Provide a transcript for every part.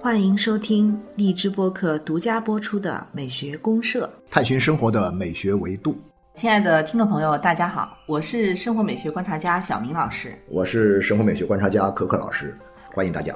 欢迎收听荔枝播客独家播出的《美学公社探寻生活的美学维度。》。亲爱的听众朋友，大家好，我是生活美学观察家小明老师。我是生活美学观察家可可老师，欢迎大 家。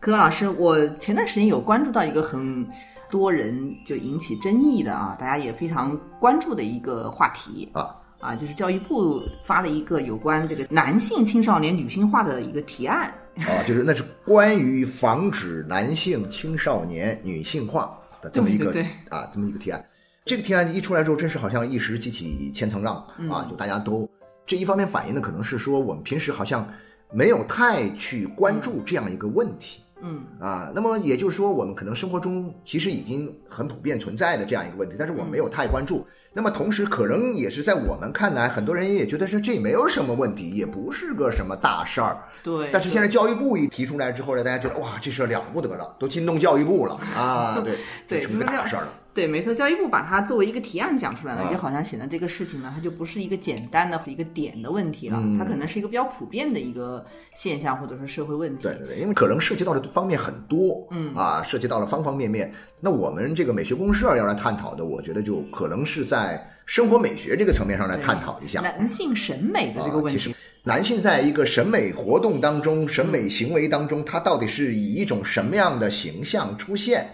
可可老师，我前段时间有关注到一个很多人就引起争议的啊，大家也非常关注的一个话题啊啊，就是教育部发了一个有关这个男性青少年女性化的一个提案。啊，就是那是关于防止男性青少年女性化的这么一个对对对啊这么一个提案。这个提案一出来之后，真是好像一时激起千层浪啊！就大家都这一方面反映的可能是说我们平时好像没有太去关注这样一个问题嗯啊。那么也就是说，我们可能生活中其实已经很普遍存在的这样一个问题，但是我们没有嗯太关注。那么同时，可能也是在我们看来，很多人也觉得说这没有什么问题，也不是个什么大事儿。对。但是现在教育部一提出来之后呢，大家觉得哇，这事儿了不得了，都惊动教育部了啊， 对，对这成一就是这个大样事儿了。对，没错，教育部把它作为一个提案讲出来了，啊就好像显得这个事情呢，它就不是一个简单的一个点的问题了，嗯它可能是一个比较普遍的一个现象，或者说社会问题。对对对，因为可能涉及到的方面很多，嗯啊，涉及到了方方面面。那我们这个美学公社要来探讨的，我觉得就可能是在生活美学这个层面上来探讨一下。啊男性审美的这个问题，男性在一个审美活动当中、审美行为当中，他到底是以一种什么样的形象出现？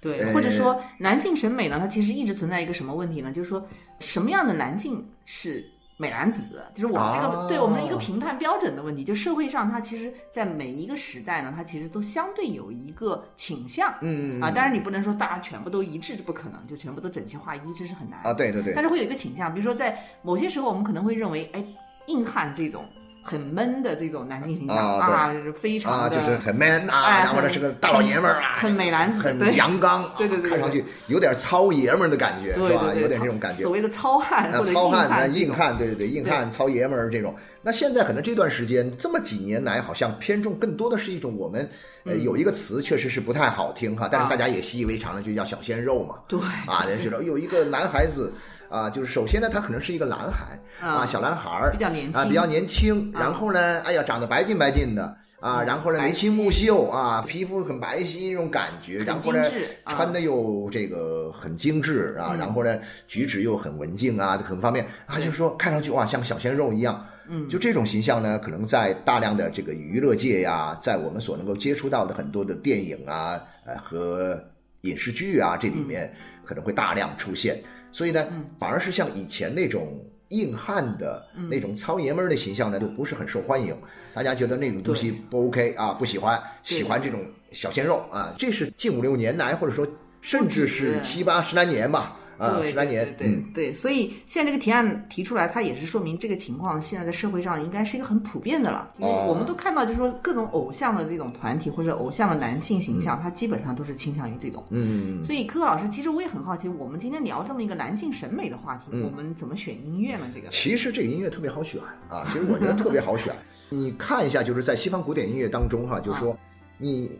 对，呃或者说男性审美呢，它其实一直存在一个什么问题呢？就是说什么样的男性是美男子，就是我们这个、啊对我们的一个评判标准的问题。就社会上，它其实在每一个时代呢，它其实都相对有一个倾向。嗯啊，当然你不能说大家全部都一致，这不可能，就全部都整齐划一，这是很难的啊，对对对但，是会有一个倾向，比如说在某些时候，我们可能会认为，哎，硬汉这种很闷的这种男性形象啊对啊，是非常啊，的、就是很 man 啊，哎然后呢很是个大老爷们儿啊，很美男子，很对阳刚，啊对对对对看上去有点糙爷们儿的感觉，对是吧？对对，有点糙这种感觉所。谓的糙汉啊，或者硬糙汉、啊汉这硬种汉，对对对，硬汉、糙爷们儿这种。那现在可能这段时间，这么几年来，好像偏重更多的是一种我们，呃，有一个词确实是不太好听哈，嗯但啊是大家也习以为常了，就叫小鲜肉嘛。对啊，人觉得有一个男孩子啊，就是首先呢，他可能是一个男孩啊，小男孩儿嗯比，较年轻，啊，比较年轻，啊然后呢，哎呀，长得白净白净的啊，嗯然后呢，白眉清皙目秀啊，皮肤很白皙那种感觉，很然后精呢，致，啊穿的又这个很精致啊，嗯然后呢，举止又很文静啊，很方便啊，对就是说看上去哇，像小鲜肉一样。嗯，就这种形象呢，可能在大量的这个娱乐界呀，在我们所能够接触到的很多的电影啊，呃和影视剧啊，这里面可能会大量出现。所以呢嗯，反而是像以前那种硬汉的、嗯那种糙爷们儿的形象呢，就不是很受欢迎。大家觉得那种东西不 OK 啊，不喜欢，对喜欢这种小鲜肉啊。这是近五六年来，或者说甚至不是止七八十来年吧，啊，对十来对年，对对嗯，对，所以现在这个提案提出来，它也是说明这个情况现在在社会上应该是一个很普遍的了，因为哦我们都看到，就是说各种偶像的这种团体或者偶像的男性形象，它基本上都是倾向于这种。嗯，所以科科老师，其实我也很好奇，我们今天聊这么一个男性审美的话题，嗯我们怎么选音乐呢？这个其实这个音乐特别好选啊， 其实我觉得特别好选。你看一下，就是在西方古典音乐当中哈、就是说你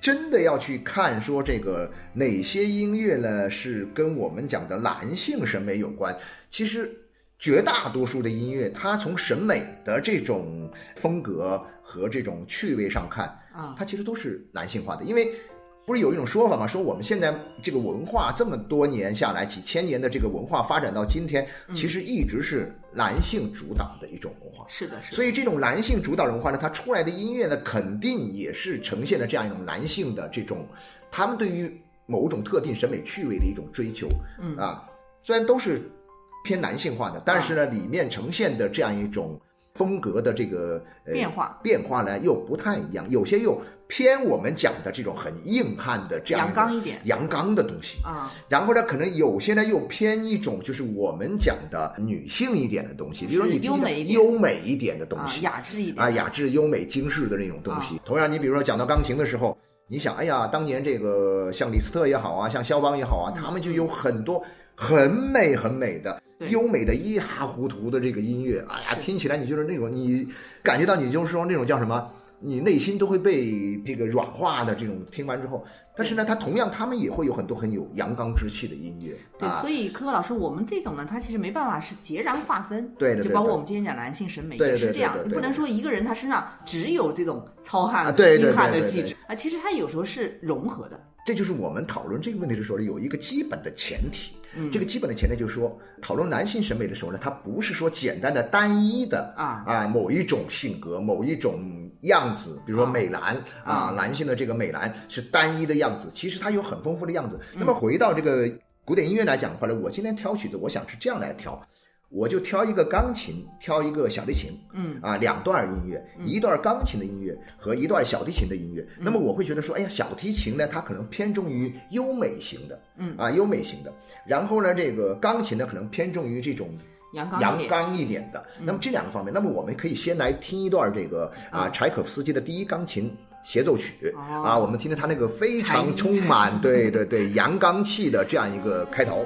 真的要去看说这个哪些音乐呢是跟我们讲的男性审美有关，其实。绝大多数的音乐，它从审美的这种风格和这种趣味上看，啊，它其实都是男性化的，因为不是有一种说法嘛，说我们现在这个文化这么多年下来，几千年的这个文化发展到今天，其实一直是男性主导的一种文化。是的，是的，所以这种男性主导文化呢，它出来的音乐呢，肯定也是呈现了这样一种男性的这种，他们对于某种特定审美趣味的一种追求。嗯啊，虽然都是偏男性化的，但是呢，啊里面呈现的这样一种风格的这个、呃变化变化呢，又不太一样，有些又偏我们讲的这种很硬汉的这样阳一种刚一点阳刚的东西。啊，然后呢，可能有些呢又偏一种就是我们讲的女性一点的东西，比如说是你听优的美一点优美一点的东啊西，雅致一点啊，雅致、优美、精致的那种东西。啊同样，你比如说讲到钢琴的时候，你想，哎呀，当年这个像李斯特也好啊，像肖邦也好啊，嗯他们就有很多很美很美的对。优美的一塌糊涂的这个音乐，哎呀，是听起来你就是那种你感觉到你就是说那种叫什么你内心都会被这个软化的这种听完之后，但是呢，他同样他们也会有很多很有阳刚之气的音乐对，啊所，以科科老师，我们这种呢，他其实没办法是截然划分，对的对就的包括我们今天讲男性审美对也对是对这样对，对你不能说一个人他身上只有这种糙汉啊对对对硬汉对的对气对质啊，其实他有时候是融合的，这就是我们讨论这个问题的时候有一个基本的前提。嗯，这个基本的前提就是说，讨论男性审美的时候呢，它不是说简单的单一的啊啊某一种性格、某一种样子，比如说啊美男啊啊，男性的这个美男是单一的样子，其实它有很丰富的样子。那么回到这个古典音乐来讲的话呢，我今天挑曲子，我想是这样来挑，我就挑一个钢琴，挑一个小提琴，嗯啊，两段儿音乐，一段儿钢琴的音乐和一段儿小提琴的音乐。那么我会觉得说，哎呀，小提琴呢，它可能偏重于优美型的，嗯啊，优美型的。然后呢，这个钢琴呢，可能偏重于这种阳刚一阳点嗯刚一点的。那么这两个方面，那么我们可以先来听一段这个啊啊柴可夫斯基的第一钢琴。协奏曲哦啊，我们听听他那个非柴常音充满对对对阳刚气的这样一个开头。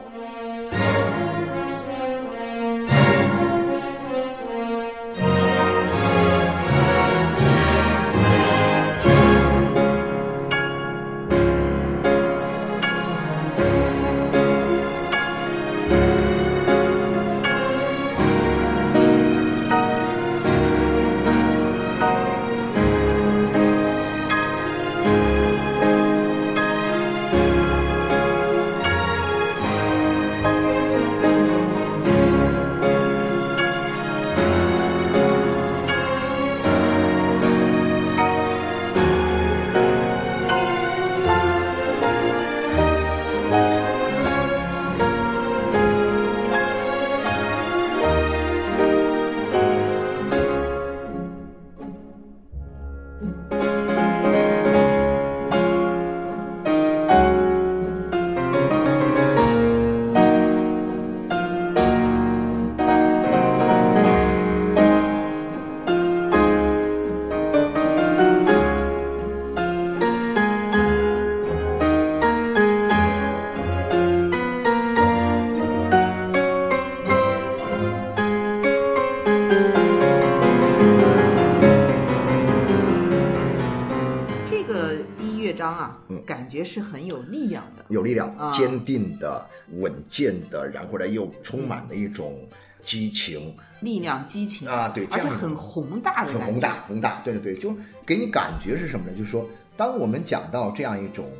这个第一乐章啊嗯，感觉是很有力量的，有力量、啊坚定的、稳健的，然后呢又充满了一种激情力量、激情，啊，对，这而且样很宏大的很感觉，宏大，宏大，对对对，就给你感觉是什么呢？就是说，当我们讲到这样一种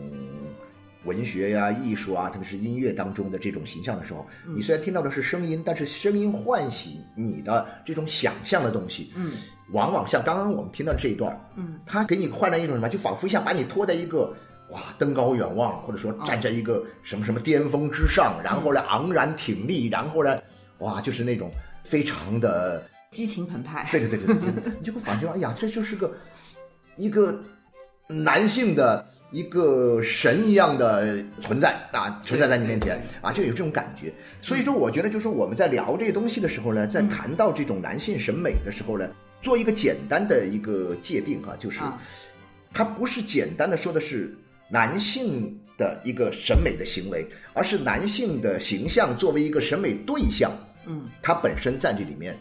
文学呀、艺术啊，特别是音乐当中的这种形象的时候，嗯你虽然听到的是声音，但是声音唤起你的这种想象的东西，嗯往往像刚刚我们听到这一段，嗯，它给你换来一种什么，就仿佛一下把你拖在一个哇登高远望，或者说站在一个什么什么巅峰之上，然后呢昂然挺立，然后呢，哇，就是那种非常的，激情澎湃，对对对对，对你就会反觉哎呀，这就是个一个男性的一个神一样的存在啊，存在在你面前啊，就有这种感觉。所以说，我觉得就是我们在聊这些东西的时候呢，在谈到这种男性审美的时候呢，做一个简单的一个界定哈、就是啊它不是简单的说的是男性的一个审美的行为，而是男性的形象作为一个审美对象，嗯，它本身在这里面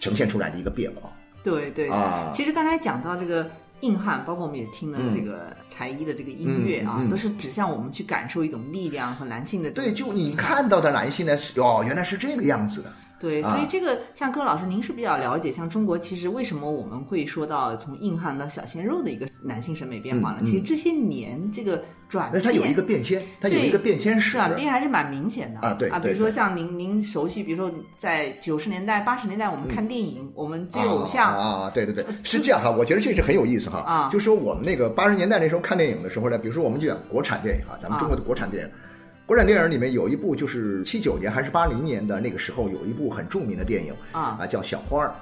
呈现出来的一个变化对对。啊。其实刚才讲到这个硬汉，包括我们也听了这个柴一的这个音乐啊，嗯嗯嗯嗯都是指向我们去感受一种力量和男性的这对，种就你看到的男性呢，是哦，原来是这个样子的。对，啊所以这个像柯老师，您是比较了解，像中国其实为什么我们会说到从硬汉到小鲜肉的一个男性审美变化呢？嗯嗯其实这些年这个转那变，它有一个变迁，它有一个变迁史。转变还是蛮明显的啊对比对如说像您您熟悉，比如说在九十年代、八十年代，我们看电影，我们追偶像，嗯嗯啊啊，对对对， 是这样哈，我觉得这是很有意思哈。啊 就说我们那个八十年代那时候看电影的时候呢，比如说我们就讲国产电影哈，咱们啊中国的国产电影，国产电影里面有一部就是七九年还是八零年的那个时候有一部很著名的电影啊啊，叫《小花儿》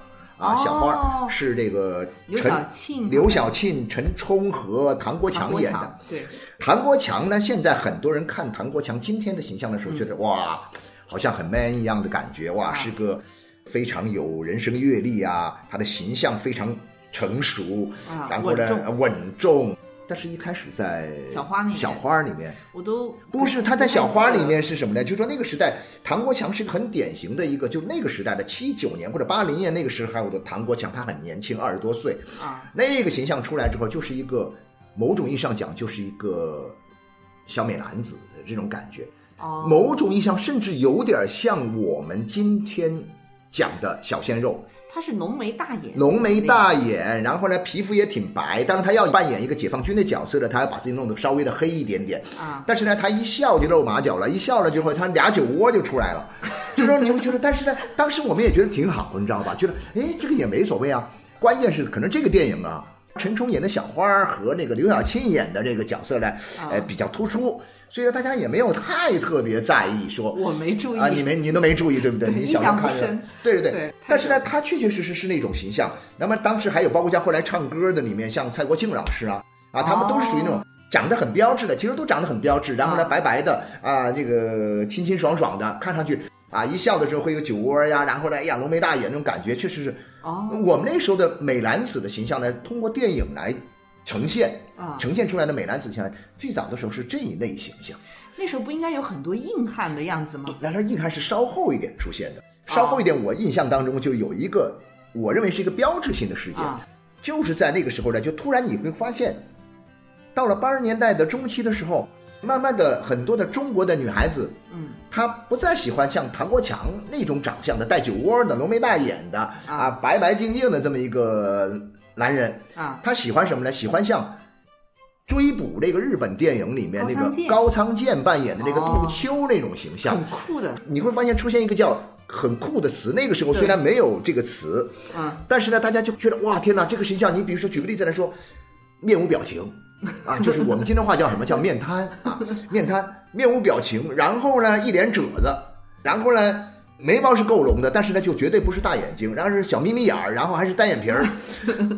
啊，《小花儿哦》是这个刘陈晓庆、刘晓庆、陈冲和唐国嗯唐强国演的。强，对，唐国强呢，现在很多人看唐国强今天的形象的时候，觉得、哇，好像很 man 一样的感觉，哇，啊是个非常有人生阅历啊，他的形象非常成熟，啊然后呢稳重稳重，但是一开始在小花里面小花里面我都不是他在小花里不太记得面是什么呢？就说那个时代，唐国强是个很典型的一个，就那个时代的七九年或者八零年那个时候的唐国强，他很年轻，二十多岁，啊，那个形象出来之后，就是一个某种意义上讲，就是一个小美男子的这种感觉。哦，某种意义上，甚至有点像我们今天讲的小鲜肉，他是浓眉大眼，浓眉大眼，然后呢皮肤也挺白。当然，他要扮演一个解放军的角色呢，他要把自己弄得稍微的黑一点点。啊，但是呢，他一笑就露马脚了，一笑了之后，他俩酒窝就出来 了，就说你会觉得，但是呢，当时我们也觉得挺好，你知道吧？觉得哎，这个也没所谓啊。关键是可能这个电影啊，陈冲演的小花儿和那个刘晓庆演的这个角色呢，啊呃，比较突出，所以说大家也没有太特别在意说。我没注意啊，你没你都没注意，对不对？对你小时候印象不看的深，对对对。对但是呢，他确确实实是那种形象。那么当时还有包括像后来唱歌的里面，像蔡国庆老师啊啊，他们都是属于那种。长得很标致的，其实都长得很标致，然后呢，啊白白的啊，这个清清爽爽的，看上去啊，一笑的时候会有酒窝呀，然后呢，哎呀，浓眉大眼那种感觉，确实是哦我们那时候的美男子的形象呢，通过电影来呈现，啊，呈现出来的美男子形象，最早的时候是这一类形象。那时候不应该有很多硬汉的样子吗？然后硬汉是稍后一点出现的，啊稍后一点，我印象当中就有一个，我认为是一个标志性的事件，啊就是在那个时候呢，就突然你会发现，到了八十年代的中期的时候，慢慢的很多的中国的女孩子，嗯，她不再喜欢像唐国强那种长相的带酒窝的、浓眉大眼的啊、白白净净的这么一个男人，啊，他喜欢什么呢？喜欢像追捕那个日本电影里面那高个仓健高仓健扮演的那个哦杜秋那种形象很。酷的，你会发现出现一个叫很酷的词，那个时候对虽然没有这个词，嗯，但是呢，大家就觉得哇，天哪，这个形象！你比如说举个例子来说，面无表情。啊，就是我们今天话叫什么叫面瘫啊，面瘫，面无表情，然后呢一脸褶子，然后呢眉毛是够浓的，但是呢就绝对不是大眼睛，然后是小眯眯眼儿，然后还是单眼皮儿，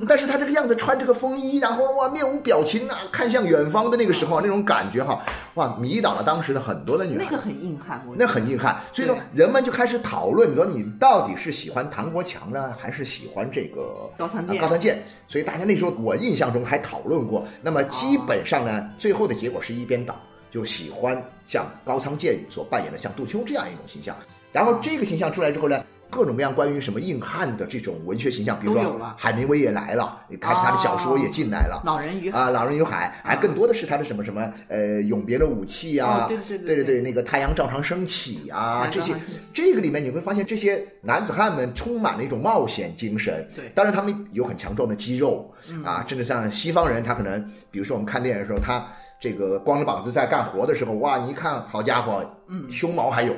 但是他这个样子穿这个风衣，然后哇面无表情啊，看向远方的那个时候那种感觉哈，哇迷倒了当时的很多的女孩那。个很硬汉，我那很硬汉，所以说对人们就开始讨论说你到底是喜欢唐国强呢，还是喜欢这个高仓健啊高仓健，所以大家那时候我印象中还讨论过。那哦么基本上呢，最后的结果是一边倒，就喜欢像高仓健所扮演的像杜秋这样一种形象。然后这个形象出来之后呢，各种各样关于什么硬汉的这种文学形象，比如都有说了哦海明威也来了，开始他的小说也进来了。老人与海啊，老人与海，还更多的是他的什么什么，呃，永别了武器哦啊，对对对对对哎对，那个太阳照常升起啊，太阳这照些常升起这个里面你会发现这些男子汉们充满了一种冒险精神，对当然他们有很强壮的肌肉嗯啊，甚至像西方人，他可能比如说我们看电影的时候，他这个光着膀子在干活的时候，哇，你一看，好家伙，嗯胸毛还有。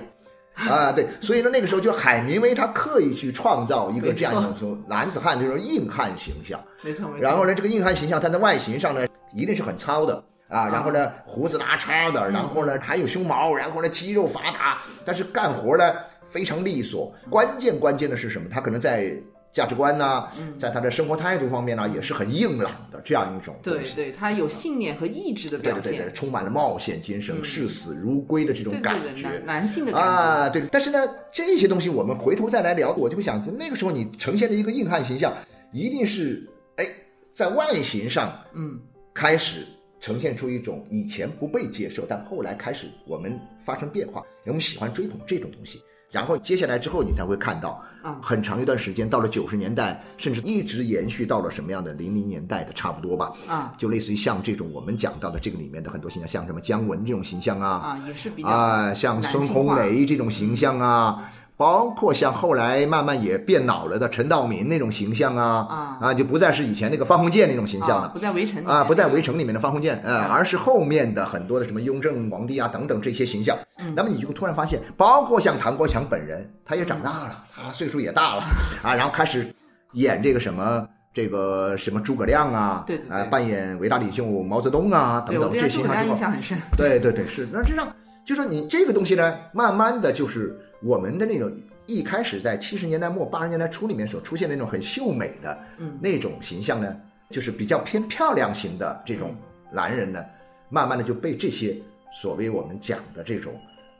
啊，对，所以呢，那个时候就海明威他刻意去创造一个没这样一错种说男子汉这种硬汉形象，没错没错，然后呢，这个硬汉形象，它的外形上呢，一定是很糙的啊。然后呢，胡子拉碴的，嗯然后呢，还有胸毛，然后呢，肌肉发达，但是干活呢非常利索。关键关键的是什么？他可能在价值观呐、嗯在他的生活态度方面呢，也是很硬朗的这样一种东对西。对，他有信念和意志的对表对对对，现，充满了冒险精神，嗯视死如归的这种对感对对，觉。男男性的感觉，啊，对。但是呢，这些东西我们回头再来聊，我就会想，那个时候你呈现的一个硬汉形象，一定是哎，在外形上嗯，开始呈现出一种以前不被接受，但后来开始我们发生变化，我们喜欢追捧这种东西。然后接下来之后，你才会看到啊，很长一段时间，到了九十年代，甚至一直延续到了什么样的零零年代的差不多吧，啊就类似于像这种我们讲到的这个里面的很多形象，像什么姜文这种形象啊，啊，也是比较啊，像男孙性红化雷这种形象啊，包括像后来慢慢也变老了的陈道明那种形象啊，啊，就不再是以前那个方鸿渐那种形象啊了。不在围城里面啊，不在《围城》里面的方鸿渐，呃，嗯而是后面的很多的什么雍正皇帝啊等等这些形象。嗯那么你就突然发现，包括像唐国强本人，他也长大了，嗯啊，岁数也大了啊，然后开始演这个什么这个什么诸葛亮啊，对对对啊，扮演伟大领袖毛泽东啊等对我等对这他些诸形葛亮象之后印，象很深，对对对，是。那这样就说你这个东西呢，慢慢的就是我们的那种一开始在七十年代末八十年代初里面所出现的那种很秀美的嗯那种形象呢，就是比较偏漂亮型的这种嗯男人呢，慢慢的就被这些所谓我们讲的这种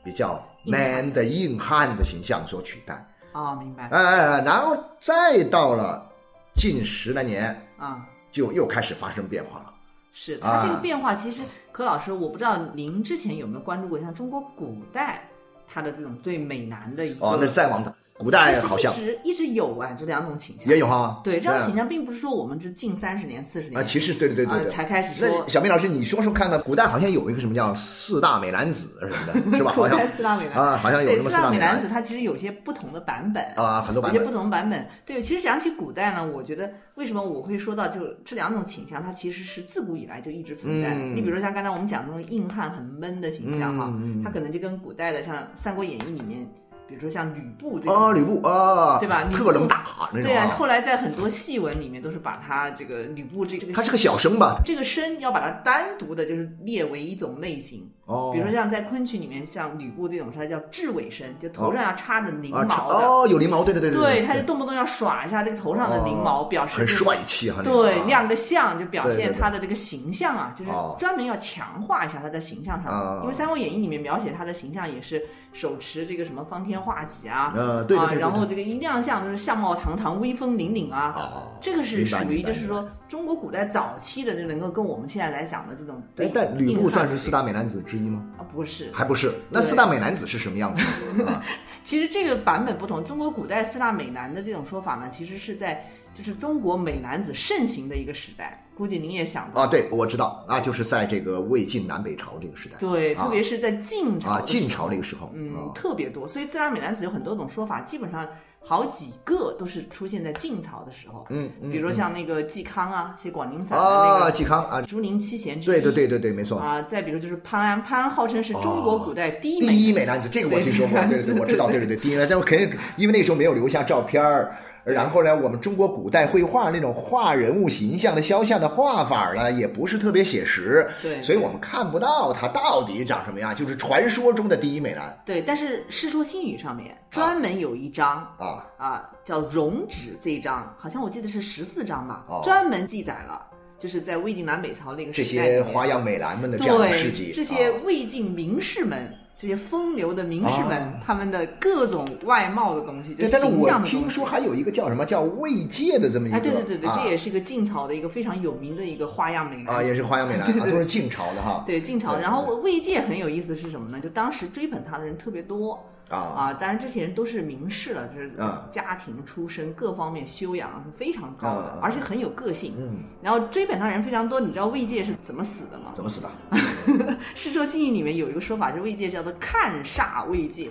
比较硬汉 man 的硬汉的形象所取代。哦，明白哎哎，哎然后再到了近十来年，啊，就又开始发生变化了。是它这个啊变化，其实柯老师，我不知道您之前有没有关注过，像中国古代它的这种对美男的一个哦，那再往古代好像其实一直一直有啊，这两种倾向也有哈。对，这种倾是向并不是说我们这近三十年、四十年啊，其实对对对对呃对。才开始说那小明老师，你说说看看，古代好像有一个什么叫四大美男子什么 的，是吧？古好像代四大美男。啊，好像有对，什么四四大大美美男男子子它其实有些不同的版本，啊，很多版有些本不同版本。对，其实讲起古代呢，我觉得为什么我会说到就这两种倾向，它其实是自古以来就一直存在的。嗯你比如说像刚才我们讲的那种硬汉很闷的形象哈，嗯它可能就跟古代的像《三国演义》里面，比如说像吕布这种。啊，吕布啊，对吧吕布特能打那对种啊，啊，后来在很多戏文里面都是把他这个吕布这这个他是个小生吧？这个身要把它单独的，就是列为一种类型。哦，比如说像在昆曲里面，像吕布这种，它叫雉尾身，就头上要插着翎哦啊，他毛的，哦，有翎毛，对对对对，对，哦他就动不动要耍一下这个头上的翎毛，表示很就是帅气哈，那个对啊亮个相，就表对对现对他的这个形象啊，就是哦专门要强化一下他在形象上啊，因为《三国演义》里面描写他的形象也是手持这个什么方天画戟啊，呃，对对啊对，，对然后对这个一亮相就是相貌堂堂、威风凛凛啊，哦，这个是明白属于明白就是说中国古代早期的，就能够跟我们现在来讲的这种对哎应。但吕布算是四大大美男子之一吗？啊？不是，还不是，那对四大美男子是什 么样子？啊其实这个版本不同。中国古代四大美男的这种说法呢，其实是在就是中国美男子盛行的一个时代，估计您也想到，啊，对，我知道，那就是在这个魏晋南北朝这个时代对，啊特别是在晋朝啊，的晋朝那个时候，嗯啊特别多，所以四大美男子有很多种说法，基本上好几个都是出现在晋朝的时候，嗯，嗯比如说像那个嵇康啊，写《广陵散》的啊，那个嵇康啊，竹林七贤之一，对对对对对，没错，啊，再比如就是潘安，潘安号称是中国古代第一美男啊第一美男子，这个我听说过，对对对，我知道，对对对，第一美男子，但我肯定因为那时候没有留下照片儿。然后呢，我们中国古代绘画那种画人物形象的肖像的画法呢，也不是特别写实，对所以我们看不到他到底长什么样，就是传说中的第一美男对，但是《世说新语》上面专门有一章啊，啊，叫容止这一章，好像我记得是十四章吧，哦专门记载了，就是在魏晋南北朝那个这时代里些面花样美男们的这样的事迹，对这些啊魏晋名士们。这些风流的名士们，啊他们的各种外貌的东西，就对，但是形我象的听东西。说还有一个叫什么叫卫界的这么一个，哎，对对对对，啊这也是一个晋朝的一个非常有名的一个花样美男啊子也是花样美男啊，都是晋朝的哈对晋朝，对然后魏界很有意思是什么呢？就当时追捧他的人特别多啊啊，当然这些人都是名士了，就是啊家庭出身，各方面修养是非常高的啊，而且很有个性。嗯，然后追捧他人非常多，你知道魏界是怎么死的吗？怎么死的？ 《世说新语》里面有一个说法，就是魏界叫做看煞魏界，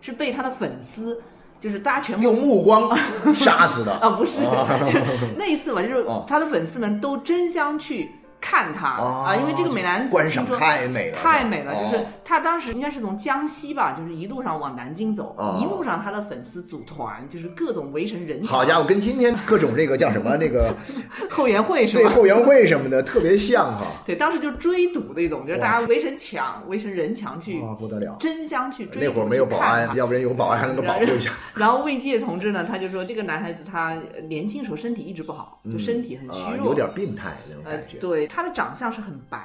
是被他的粉丝，就是大家全部用目光杀死的啊，不是 类似吧，就是哦他的粉丝们都争相去看他啊，因为这个美男子哦观听赏说太美了，太美了，哦就是他当时应该是从江西吧，就是一路上往南京走，哦一路上他的粉丝组团，就是各种围成人好家伙，跟今天各种这个叫什么那个伙，后援会 是对吧？后援会什么的特别像哈，对，当时就追堵那种，就是大家围成墙、围成人墙去哇不得了，争相去追哦那堵。会儿没有去保看安，他要不然有保安还能够保护一下，然后魏界同志呢，他就说这个男孩子他呃年轻时候身体一直不好，就身体很虚啊弱，有点病态那种呃感觉，对，他的长相是很白，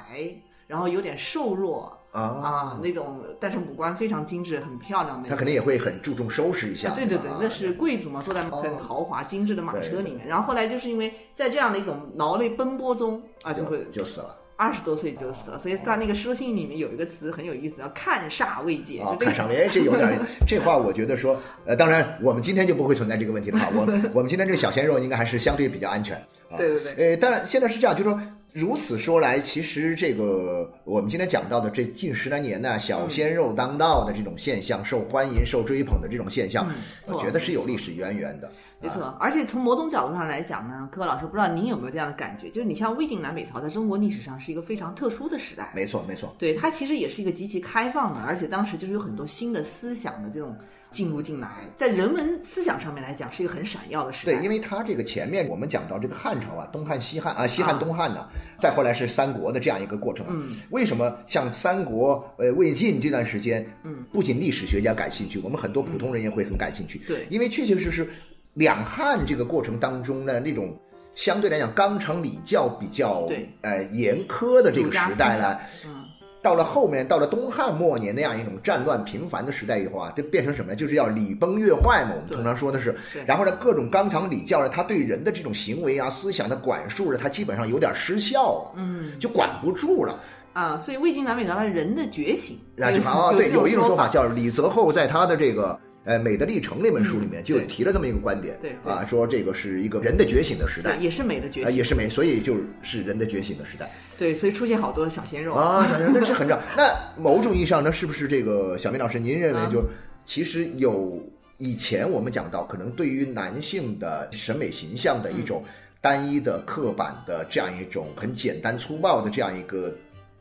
然后有点瘦弱啊啊，那种，但是五官非常精致，很漂亮那他种。肯定也会很注重收拾一下，啊，对对对啊，那是贵族嘛，坐在哦很豪华精致的马车对里面。然后后来就是因为在这样的一种劳累奔波中啊，就会就就死了二十多岁就死了。所以哦他那个《诗信》里面有一个词很有意思，叫“看煞未解”，啊就！这看个上面，哎这有 点这话，我觉得说，呃，当然我们今天就不会存在这个问题了哈，我我们今天这个小鲜肉应该还是相对比较安全啊，对对对，呃，但现在是这样，就是说，如此说来，其实这个我们今天讲到的这近十来年呢、小嗯鲜肉当道的这种现象，受欢迎、受追捧的这种现象，嗯我觉得是有历史渊源的。没错。而且从某种角度上来讲呢，柯老师不知道您有没有这样的感觉，就是你像魏晋南北朝在中国历史上是一个非常特殊的时代，没错，没错。对，它其实也是一个极其开放的，而且当时就是有很多新的思想的这种进入进来，在人文思想上面来讲是一个很闪耀的时代。对，因为它这个前面我们讲到这个汉朝啊，东汉、西汉啊，西汉、东汉呢、再后来是三国的这样一个过程。嗯，为什么像三国、呃魏晋这段时间，嗯，不仅历史学家感兴趣，我们很多普通人也会很感兴趣。对因为确确实实，两汉这个过程当中呢，那种相对来讲纲常礼教比较对呃严苛的这个儒家时代思呢，嗯，到了后面，到了东汉末年那样一种战乱频繁的时代以后啊，就变成什么？就是要礼崩乐坏嘛。我们对通常说的是对，然后呢，各种纲常礼教呢，他对人的这种行为啊、思想的管束呢，他基本上有点失效了，嗯就管不住了。啊，所以魏晋南北朝它人的觉醒，啊，就好啊，对，有一种说说法叫李泽厚在他的这个呃《美的历程》那本书里面就对提了这么一个观点，对对啊，说这个是一个人的觉醒的时代对，，也是美的觉啊，醒，也是美，所以就是人的觉醒的时代对，所以出现好多小鲜肉，啊，小明，那是很正。那某种意义上，那是不是这个小明老师，您认啊为就其实有以前我们讲到，可能对于男性的审美形象嗯的一种单一的、刻板的这样一种很简单粗暴的这样一个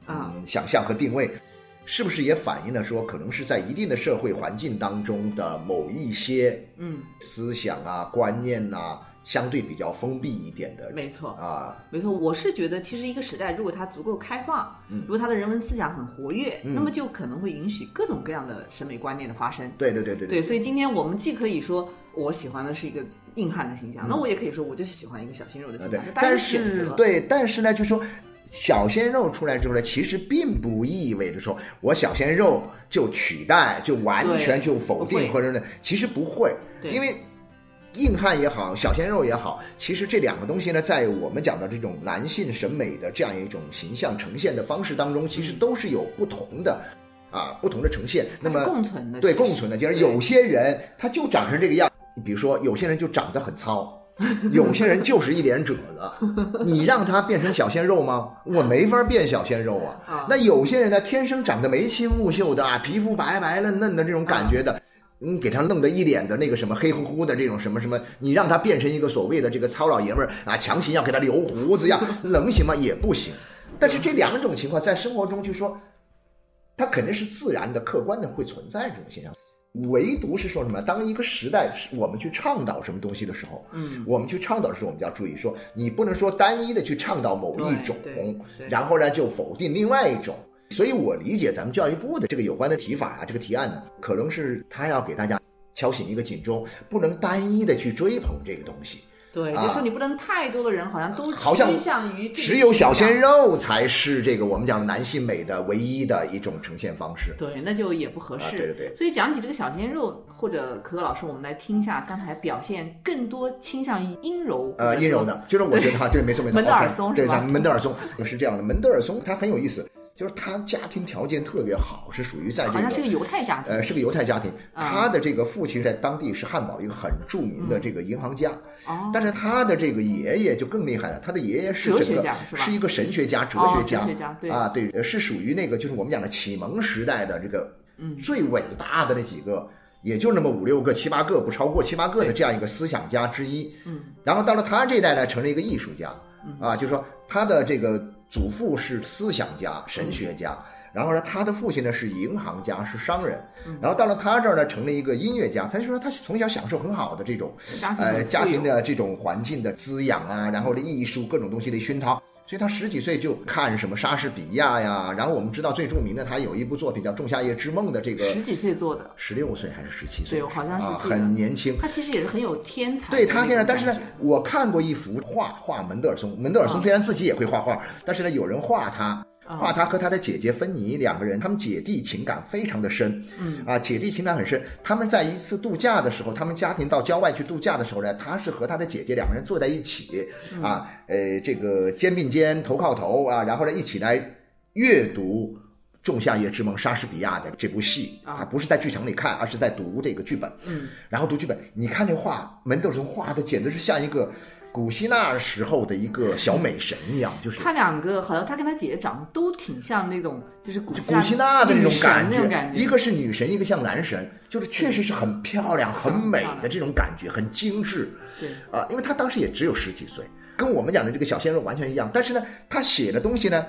啊嗯想象和定位。是不是也反映了说，可能是在一定的社会环境当中的某一些嗯，思想啊、观念呐、相对比较封闭一点的没错。啊，没错，我是觉得，其实一个时代如果它足够开放，嗯如果它的人文思想很活跃，嗯那么就可能会允许各种各样的审美观念的发生。对对对对对，所以今天我们既可以说我喜欢的是一个硬汉的形象，那我也可以说我就喜欢一个小鲜肉的嗯啊形对象，就，大家但有选是择。对，但是呢，就说小鲜肉出来之后呢，其实并不意味着说我小鲜肉就取代，就完全对就否不定会或者呢，其实不会，对因为。硬汉也好，小鲜肉也好，其实这两个东西呢，在我们讲的这种男性审美的这样一种形象呈现的方式当中，其嗯实都是有不同的，啊，不同的呈现。那它么是共存的，对其实共存的，就是有些人他就长成这个样，比如说有些人就长得很糙，有些人就是一脸 褶子，你让他变成小鲜肉吗？我没法变小鲜肉啊。啊，那有些人呢，天生长得眉清目秀的啊，皮肤白白嫩嫩的这种感觉啊的。你给他弄得一脸的那个什么黑乎乎的这种什么什么，你让他变成一个所谓的这个糙老爷们儿啊，强行要 给他留胡子呀，能行吗？也不行。但是这两种情况在生活中就说，它肯定是自然的、客观的会存在这种现象。唯独是说什么？当一个时代我们去倡导什么东西的时候，嗯，我们去倡导的时候，我们就要注意说，你不能说单一的去倡导某一种对对，对然后呢就否定另外一种。所以我理解咱们教育部的这个有关的提法啊，这个提案呢，可能是他要给大家敲醒一个警钟，不能单一的去追捧这个东西，对，啊就说你不能太多的人好像都好像趋向于这个只有小形鲜象，肉才是这个我们讲的男性美的唯一的一种呈现方式。对，那就也不合适。啊对对对所以讲起这个小鲜肉，或者可可老师，我们来听一下刚才表现更多倾向于阴柔，呃，阴柔的，的，就是我觉得哈，对，没错没错， 门德尔 OK，松对，是吧咱们门德尔松 是这样的，门德尔松他很有意思，就是他家庭条件特别好，是属于在这好像是个个犹太家庭，呃是个犹太家庭，啊他的这个父亲在当地是汉堡一个很著名的这个银行家，哦，但是他的这个爷爷就更厉害了，他的爷爷是哲整学个家是吧一个神学家、哲哦学哲学家对啊，对，是属于那个就是我们讲的启蒙时代的这个嗯最伟大的那几个，也就那么五六个、七八个，不超过七八个的对这样一个思想家之一。嗯，然后到了他这一代呢，成了一个艺术家，啊，就是说他的这个祖父是思想家、神学家，然后呢，他的父亲呢是银行家，是商人，嗯然后到了他这儿呢，成了一个音乐家。他就说他从小享受很好的这种家庭呃很家富有庭的这种环境的滋养啊，然后的艺术各种东西的熏陶。所以他十几岁就看什么莎士比亚呀，然后我们知道最著名的他有一部作品叫《仲夏夜之梦》的这个十几岁做的，十六岁还是十七岁对，我好像是啊，记得很年轻。他其实也是很有天才的对那种他感觉，这样，但是呢，我看过一幅画，画门德尔松。门德尔松啊虽然自己也会画画，但是呢，有人画他，啊画他和他的姐姐芬妮两个人，他们姐弟情感非常的深，嗯啊，姐弟情感很深。他们在一次度假的时候，他们家庭到郊外去度假的时候呢，他是和他的姐姐两个人坐在一起，啊，呃，这个肩并肩，头靠头啊，然后呢，一起来阅读。《仲夏夜之梦》莎士比亚的这部戏啊啊，不是在剧场里看，而是在读这个剧本。嗯，然后读剧本，你看这画，门德尔松画的简直是像一个古希腊时候的一个小美神一样，就是他两个好像他跟他姐姐长得都挺像那种，就是古古希腊的那那种感那种觉，感觉，一个是女神，一个像男神，就是确实是很漂亮、很美的这种感觉，很精致对啊、因为他当时也只有十几岁，跟我们讲的这个小鲜肉完全一样，但是呢，他写的东西呢，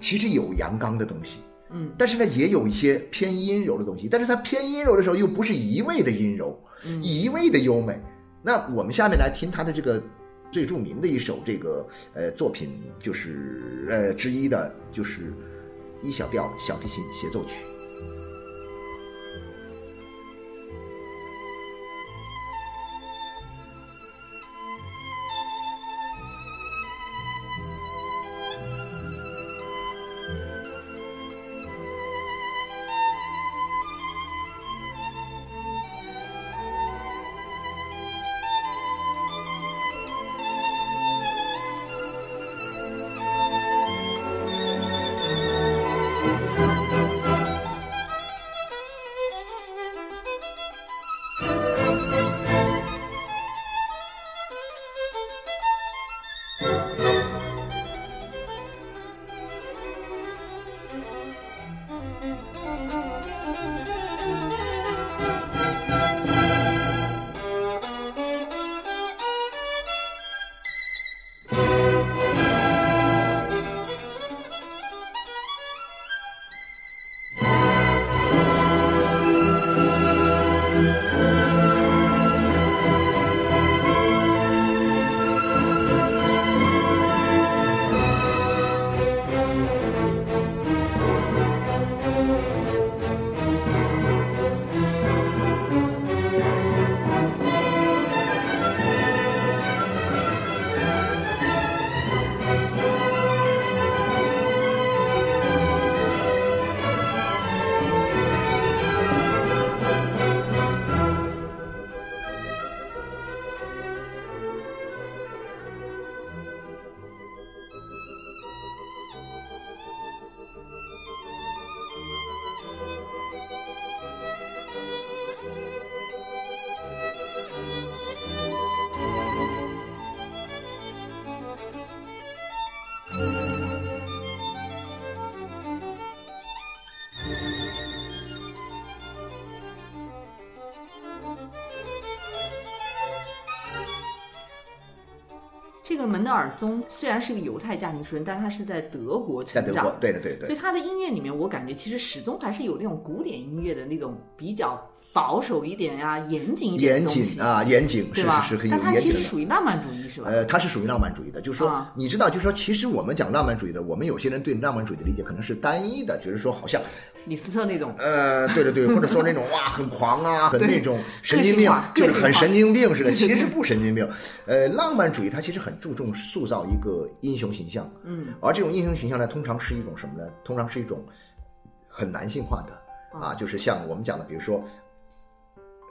其实有阳刚的东西。嗯，但是呢，也有一些偏阴柔的东西。但是它偏阴柔的时候，又不是一味的阴柔，嗯一味的优美。那我们下面来听他的这个最著名的一首这个呃作品，就是呃之一的，就是一小调小提琴协奏曲。这个门德尔松虽然是个犹太家庭出身，但是他是在德国在成德长国，，对的对所对以他的音乐里面，我感觉其实始终还是有那种古典音乐的那种比较保守一点呀、严谨一对，点严的东西谨，啊，严谨是对吧？是是很有但他严其谨实的。属于浪漫主义，是吧？呃，它是属于浪漫主义的，就是说，啊你知道，就是说，其实我们讲浪漫主义的，我们有些人对浪漫主义的理解可能是单一的，觉得说好像，李斯特那种，呃，对对对，或者说那种哇很狂啊，很那种神经性病化，就是个性很化神经病似的，对对其对实不神经病。呃，浪漫主义它其实很注重塑造一个英雄形象，嗯，而这种英雄形象呢，通常是一种什么呢？通常是一种很男性化的啊，就是像我们讲的，比如说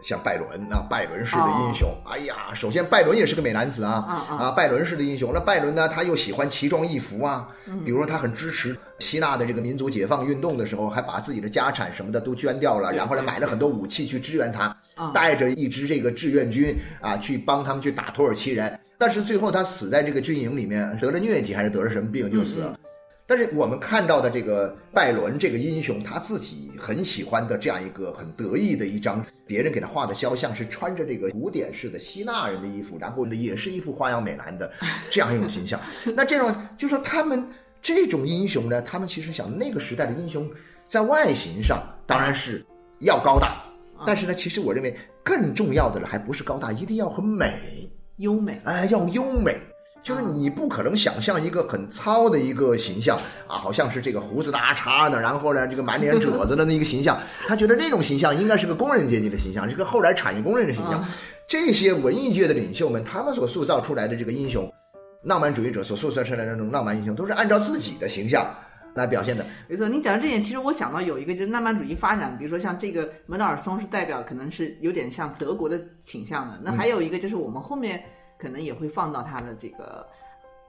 像拜伦啊，拜伦式的英雄。哎呀，首先拜伦也是个美男子啊哦啊啊啊，拜伦式的英雄。那拜伦呢，他又喜欢奇装异服啊，嗯比如说他很支持希腊的这个民族解放运动的时候，还把自己的家产什么的都捐掉了，对然后呢对买了很多武器去支援他。啊带着一支这个志愿军啊，去帮他们去打土耳其人。但是最后他死在这个军营里面，得了疟疾还是得了什么病就死了。但是我们看到的这个拜伦这个英雄，他自己很喜欢的这样一个很得意的一张别人给他画的肖像，是穿着这个古典式的希腊人的衣服，然后呢也是一副花样美男的这样一种形象。那这种就说他们这种英雄呢，他们其实想那个时代的英雄在外形上当然是要高大，但是呢，其实我认为更重要的呢，还不是高大，一定要很美，优美，哎，要优美。就是你不可能想象一个很糙的一个形象啊，好像是这个胡子拉碴的，然后呢这个满脸褶子的那一个形象，他觉得那种形象应该是个工人阶级的形象，是个后来产业工人的形嗯象。这些文艺界的领袖们，他们所塑造出来的这个英雄，浪漫主义者所塑造出来的那种浪漫英雄，都是按照自己的形象来表现的。没错，你讲到这点，其实我想到有一个就是浪漫主义发展，比如说像这个门德尔松是代表，可能是有点像德国的倾向的。那嗯还有一个就是我们后面可能也会放到他的这个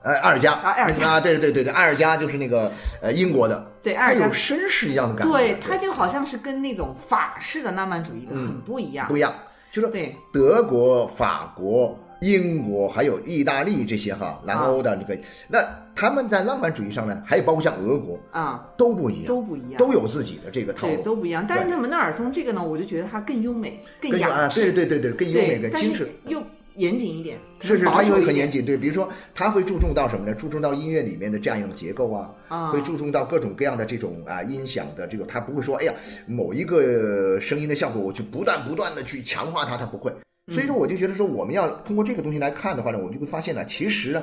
呃，埃尔加啊埃尔加啊，对对对对，埃尔加就是那个呃英国的，对埃它尔加有，绅士一样的感觉，嗯对，他就好像是跟那种法式的浪漫主义的很不一样不。一样。就说对，德国、法国、英国还有意大利这些哈南欧的这个，那他们在浪漫主义上呢，还有包括像俄国啊，都不一样，都不一样，都有自己的这个套对路，都不一样。但是对他门德尔松这个呢，我就觉得它更优美，更更有雅啊，致对，对对对，更优美、对，更但精致是。又严谨一点，可是能是，保它守又一很点严谨。对，比如说，它会注重到什么呢？注重到音乐里面的这样一种结构啊，啊会注重到各种各样的这种啊音响的这种，它不会说，哎呀，某一个声音的效果，我去不断不断的去强化它，它不会。嗯所以说，我就觉得说，我们要通过这个东西来看的话呢，我就会发现呢，其实呢。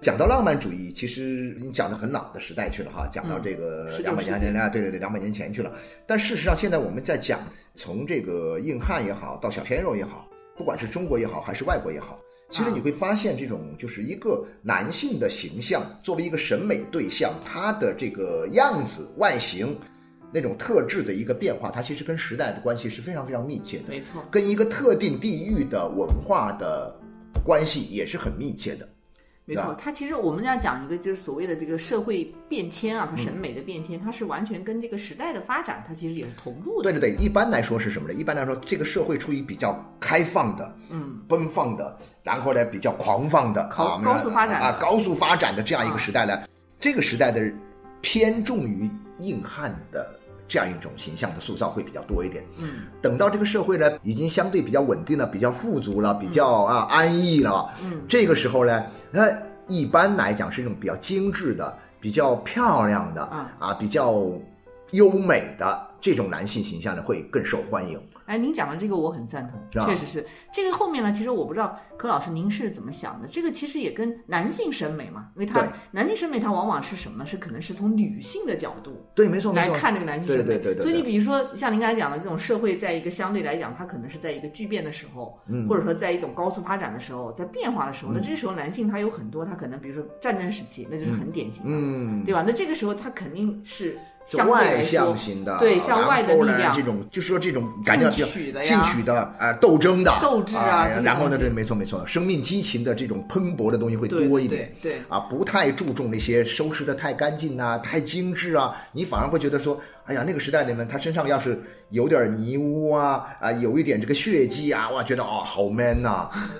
讲到浪漫主义，其实你讲的很老的时代去了哈，讲到这个19两百嗯世年纪前啊，对对对，两百年前去了。但事实上，现在我们在讲，从这个硬汉也好，到小鲜肉也好，不管是中国也好，还是外国也好，其实你会发现，这种就是一个男性的形象作为一个审美对象，他的这个样子、外形那种特质的一个变化，它其实跟时代的关系是非常非常密切的，没错。跟一个特定地域的文化的关系也是很密切的。没对错，它其实我们要讲一个就是所谓的这个社会变迁啊，它嗯审美的变迁，它是完全跟这个时代的发展，它其实也是同步对的。对对，一般来说是什么呢？一般来说，这个社会处于比较开放的、嗯，奔放的，然后呢比较狂放的、高啊高速发展的啊高速发展的这样一个啊时代呢，这个时代的偏重于硬汉的这样一种形象的塑造会比较多一点。嗯，等到这个社会呢已经相对比较稳定了、比较富足了、比较啊安逸了，嗯，这个时候呢，那一般来讲是一种比较精致的、比较漂亮的啊啊比较优美的这种男性形象呢会更受欢迎。哎，您讲的这个我很赞是同，吧确实是这个后面呢，其实我不知道柯老师您是怎么想的。这个其实也跟男性审美嘛，因为它对男性审美它往往是什么呢？是可能是从女性的角度对，没错没来错。看这个男性审美。对对对对对所以你比如说像您刚才讲的这种社会，在一个相对来讲，它可能是在一个巨变的时候，嗯或者说在一种高速发展的时候，在变化的时候，那这时候男性他有很多，他可能比如说战争时期，那就是很典型的，嗯，对吧？那这个时候他肯定是是相对外来向说，型的，啊对向外的然后呢力量这种就说这种感觉比较进取的呀进取的啊、斗争的、斗志啊啊这些然后呢，东西对，没错没错，生命激情的这种喷薄的东西会对多一对点。对。对啊，不太注重那些收拾的太干净啊，太精致啊，你反而会觉得说，哎呀，那个时代里面，他身上要是有点泥污啊，啊，有一点这个血迹啊，哇，觉得哦，好 man 呐、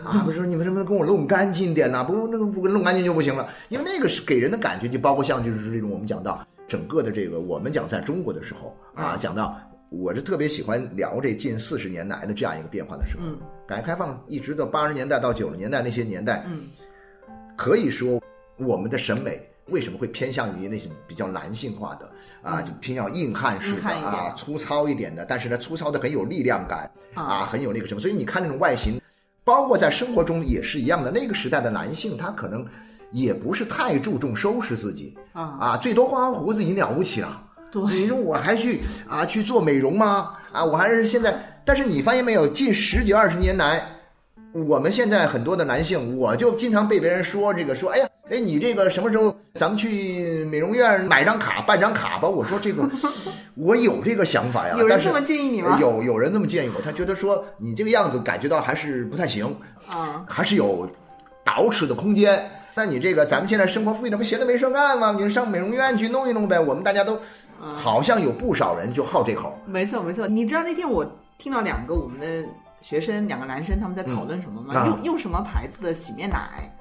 啊，我说你们能不能给我弄干净点呐、不，那个不弄干净就不行了，因为那个是给人的感觉，就包括像就是这种我们讲到整个的这个，我们讲在中国的时候啊，讲到。我是特别喜欢聊这近四十年来的这样一个变化的时候，嗯改革开放一直到八十年代到九十年代那些年代，嗯，可以说我们的审美为什么会偏向于那些比较男性化的啊，嗯就偏向硬汉式硬的汉一点啊，粗糙一点的，但是呢，粗糙的很有力量感啊，很有那个什么，所以你看那种外形，包括在生活中也是一样的。那个时代的男性，他可能也不是太注重收拾自己啊，啊，最多刮刮胡子已经了不起了。你对，说我还去啊去做美容吗？啊，我还是现在，但是你发现没有，近十几二十年来，我们现在很多的男性，我就经常被别人说这个说，哎呀，哎你这个什么时候咱们去美容院买张卡办张卡吧？我说 这个我有这个想法呀，有啊但人是哎这么建议你吗？有有人这么建议我，他觉得说你这个样子感觉到还是不太行，啊，还是有捯饬的空间。那你这个咱们现在生活富裕的不闲的没事儿干吗？你上美容院去弄一弄呗。我们大家都嗯好像有不少人就好这 口。没错没错。你知道那天我听到两个我们的学生，两个男生他们在讨论什么嗯吗？啊用用什么牌子的洗面奶？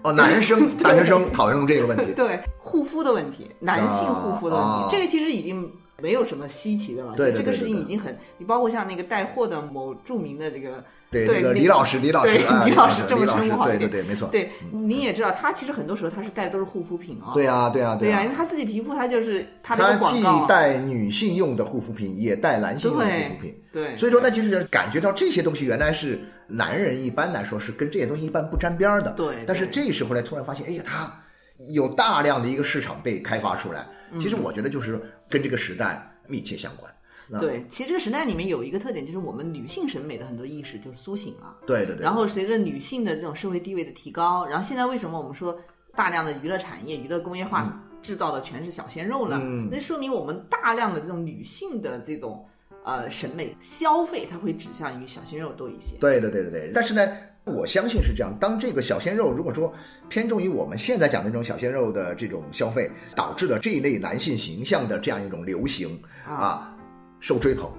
哦，男生大学生讨论这个问题，对，护肤的问题，男性护肤的问啊题，这个其实已经。没有什么稀奇的了，对对就这个对事对情对已经很，你包括像那个带货的某著名的这个 对对这个李李老师，李老师对啊，李李老师师，这么李老称师呼，好对一对点对，没错，对，你也知道，他其实很多时候他是带的都是护肤品哦。对啊，对啊，对呀、啊因。为他自己皮肤他就是他的他一个既广告，带女性用的护肤品，也带男性用的护肤品，对，所以说呢，就是感觉到这些东西原来是男人一般来说是跟这些东西一般不沾边儿的，对对但是这时候呢，突然发现，哎呀，它有大量的一个市场被开发出来。其实我觉得就是跟这个时代密切相关。那对，其实这个时代里面有一个特点，就是我们女性审美的很多意识就是苏醒了。对对对，然后随着女性的这种社会地位的提高，然后现在为什么我们说大量的娱乐产业、娱乐工业化制造的全是小鲜肉了？嗯那说明我们大量的这种女性的这种呃审美消费，它会指向于小鲜肉多一些。对对对对对。但是呢，我相信是这样。当这个小鲜肉如果说偏重于我们现在讲的这种小鲜肉的这种消费，导致了这一类男性形象的这样一种流行啊，啊，受追捧。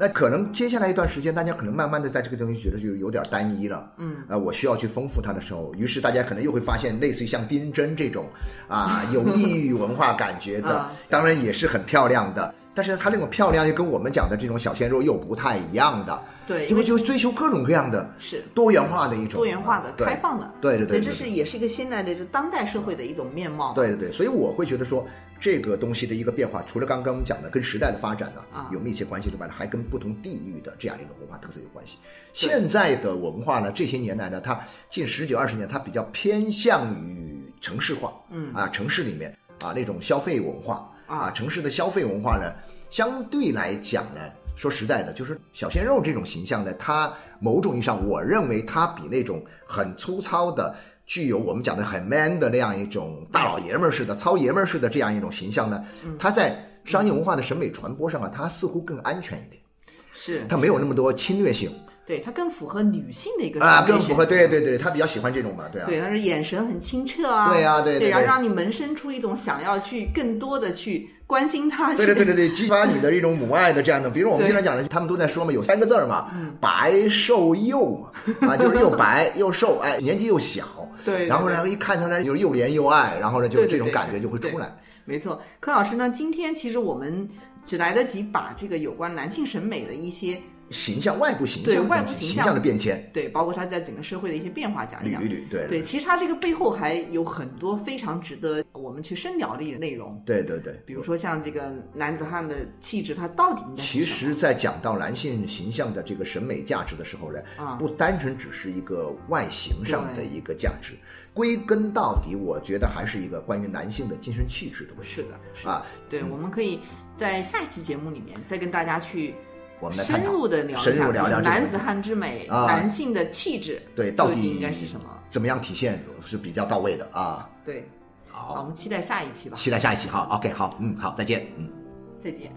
那可能接下来一段时间，大家可能慢慢的在这个东西觉得就有点单一了。嗯，啊，我需要去丰富它的时候，于是大家可能又会发现，类似于像丁真这种 啊有异域文化感觉的啊，当然也是很漂亮的，但是它那种漂亮又跟我们讲的这种小鲜肉又不太一样的，对，因就会为就追求各种各样的是多元化的一种多元化的、对开放的。对对所对以这对是也是一个现代的，就是当代社会的一种面貌。对对对，所以我会觉得说这个东西的一个变化，除了刚刚我们讲的跟时代的发展呢、啊有密切关系之外呢，还跟不同地域的这样一种文化特色有关系。现在的文化呢，这些年来呢，它近十几二十年，它比较偏向于城市化，嗯啊，城市里面啊那种消费文化啊啊，城市的消费文化呢，相对来讲呢。说实在的，就是小鲜肉这种形象呢，它某种意义上，我认为它比那种很粗糙的、具有我们讲的很 man 的那样一种大老爷们儿似的、糙爷们儿似的这样一种形象呢，它在商业文化的审美传播上啊，它似乎更安全一点，是它没有那么多侵略性对它更符合女性的一个审啊，美更符合选择对对对，他比较喜欢这种嘛，对啊，对，但是眼神很清澈啊，对呀对对对对然后让你萌生出一种想要去更多的去关心他， 对对对对对，激发你的一种母爱的这样的，比如我对们经常讲的，他们都在说嘛，有三个字儿嘛，嗯白瘦幼嘛， 啊，就是又白又瘦，哎，年纪又小， 对对然后呢，一看他呢就是又怜又爱，然后呢，就对对这种对感觉对就会出对来。没错，柯老师呢，今天其实我们只来得及把这个有关男性审美的一些形象外部形对象的外东部西形形象象的变迁，对，包括他在整个社会的一些变化讲一捋讲一。捋，对对，其实他这个背后还有很多非常值得我们去深聊的一个内容，对对对。比如说像这个男子汉的气质，它到底应该是其什么实，在讲到男性形象的这个审美价值的时候呢，啊不单纯只是一个外形上的对一个价值，归根到底，我觉得还是一个关于男性的精神气质的问题。是的，是的啊，对，我们可以在下一期节目里面再跟大家去我们来探深讨入的聊一下，深入聊就聊是这个男子汉之美，啊男性的气质，对到底底应该是什么？怎么样体现是比较到位的啊。对，好，我好，们期待下一期吧，期待下一期哈。OK，好，嗯，好，再见，嗯。再见。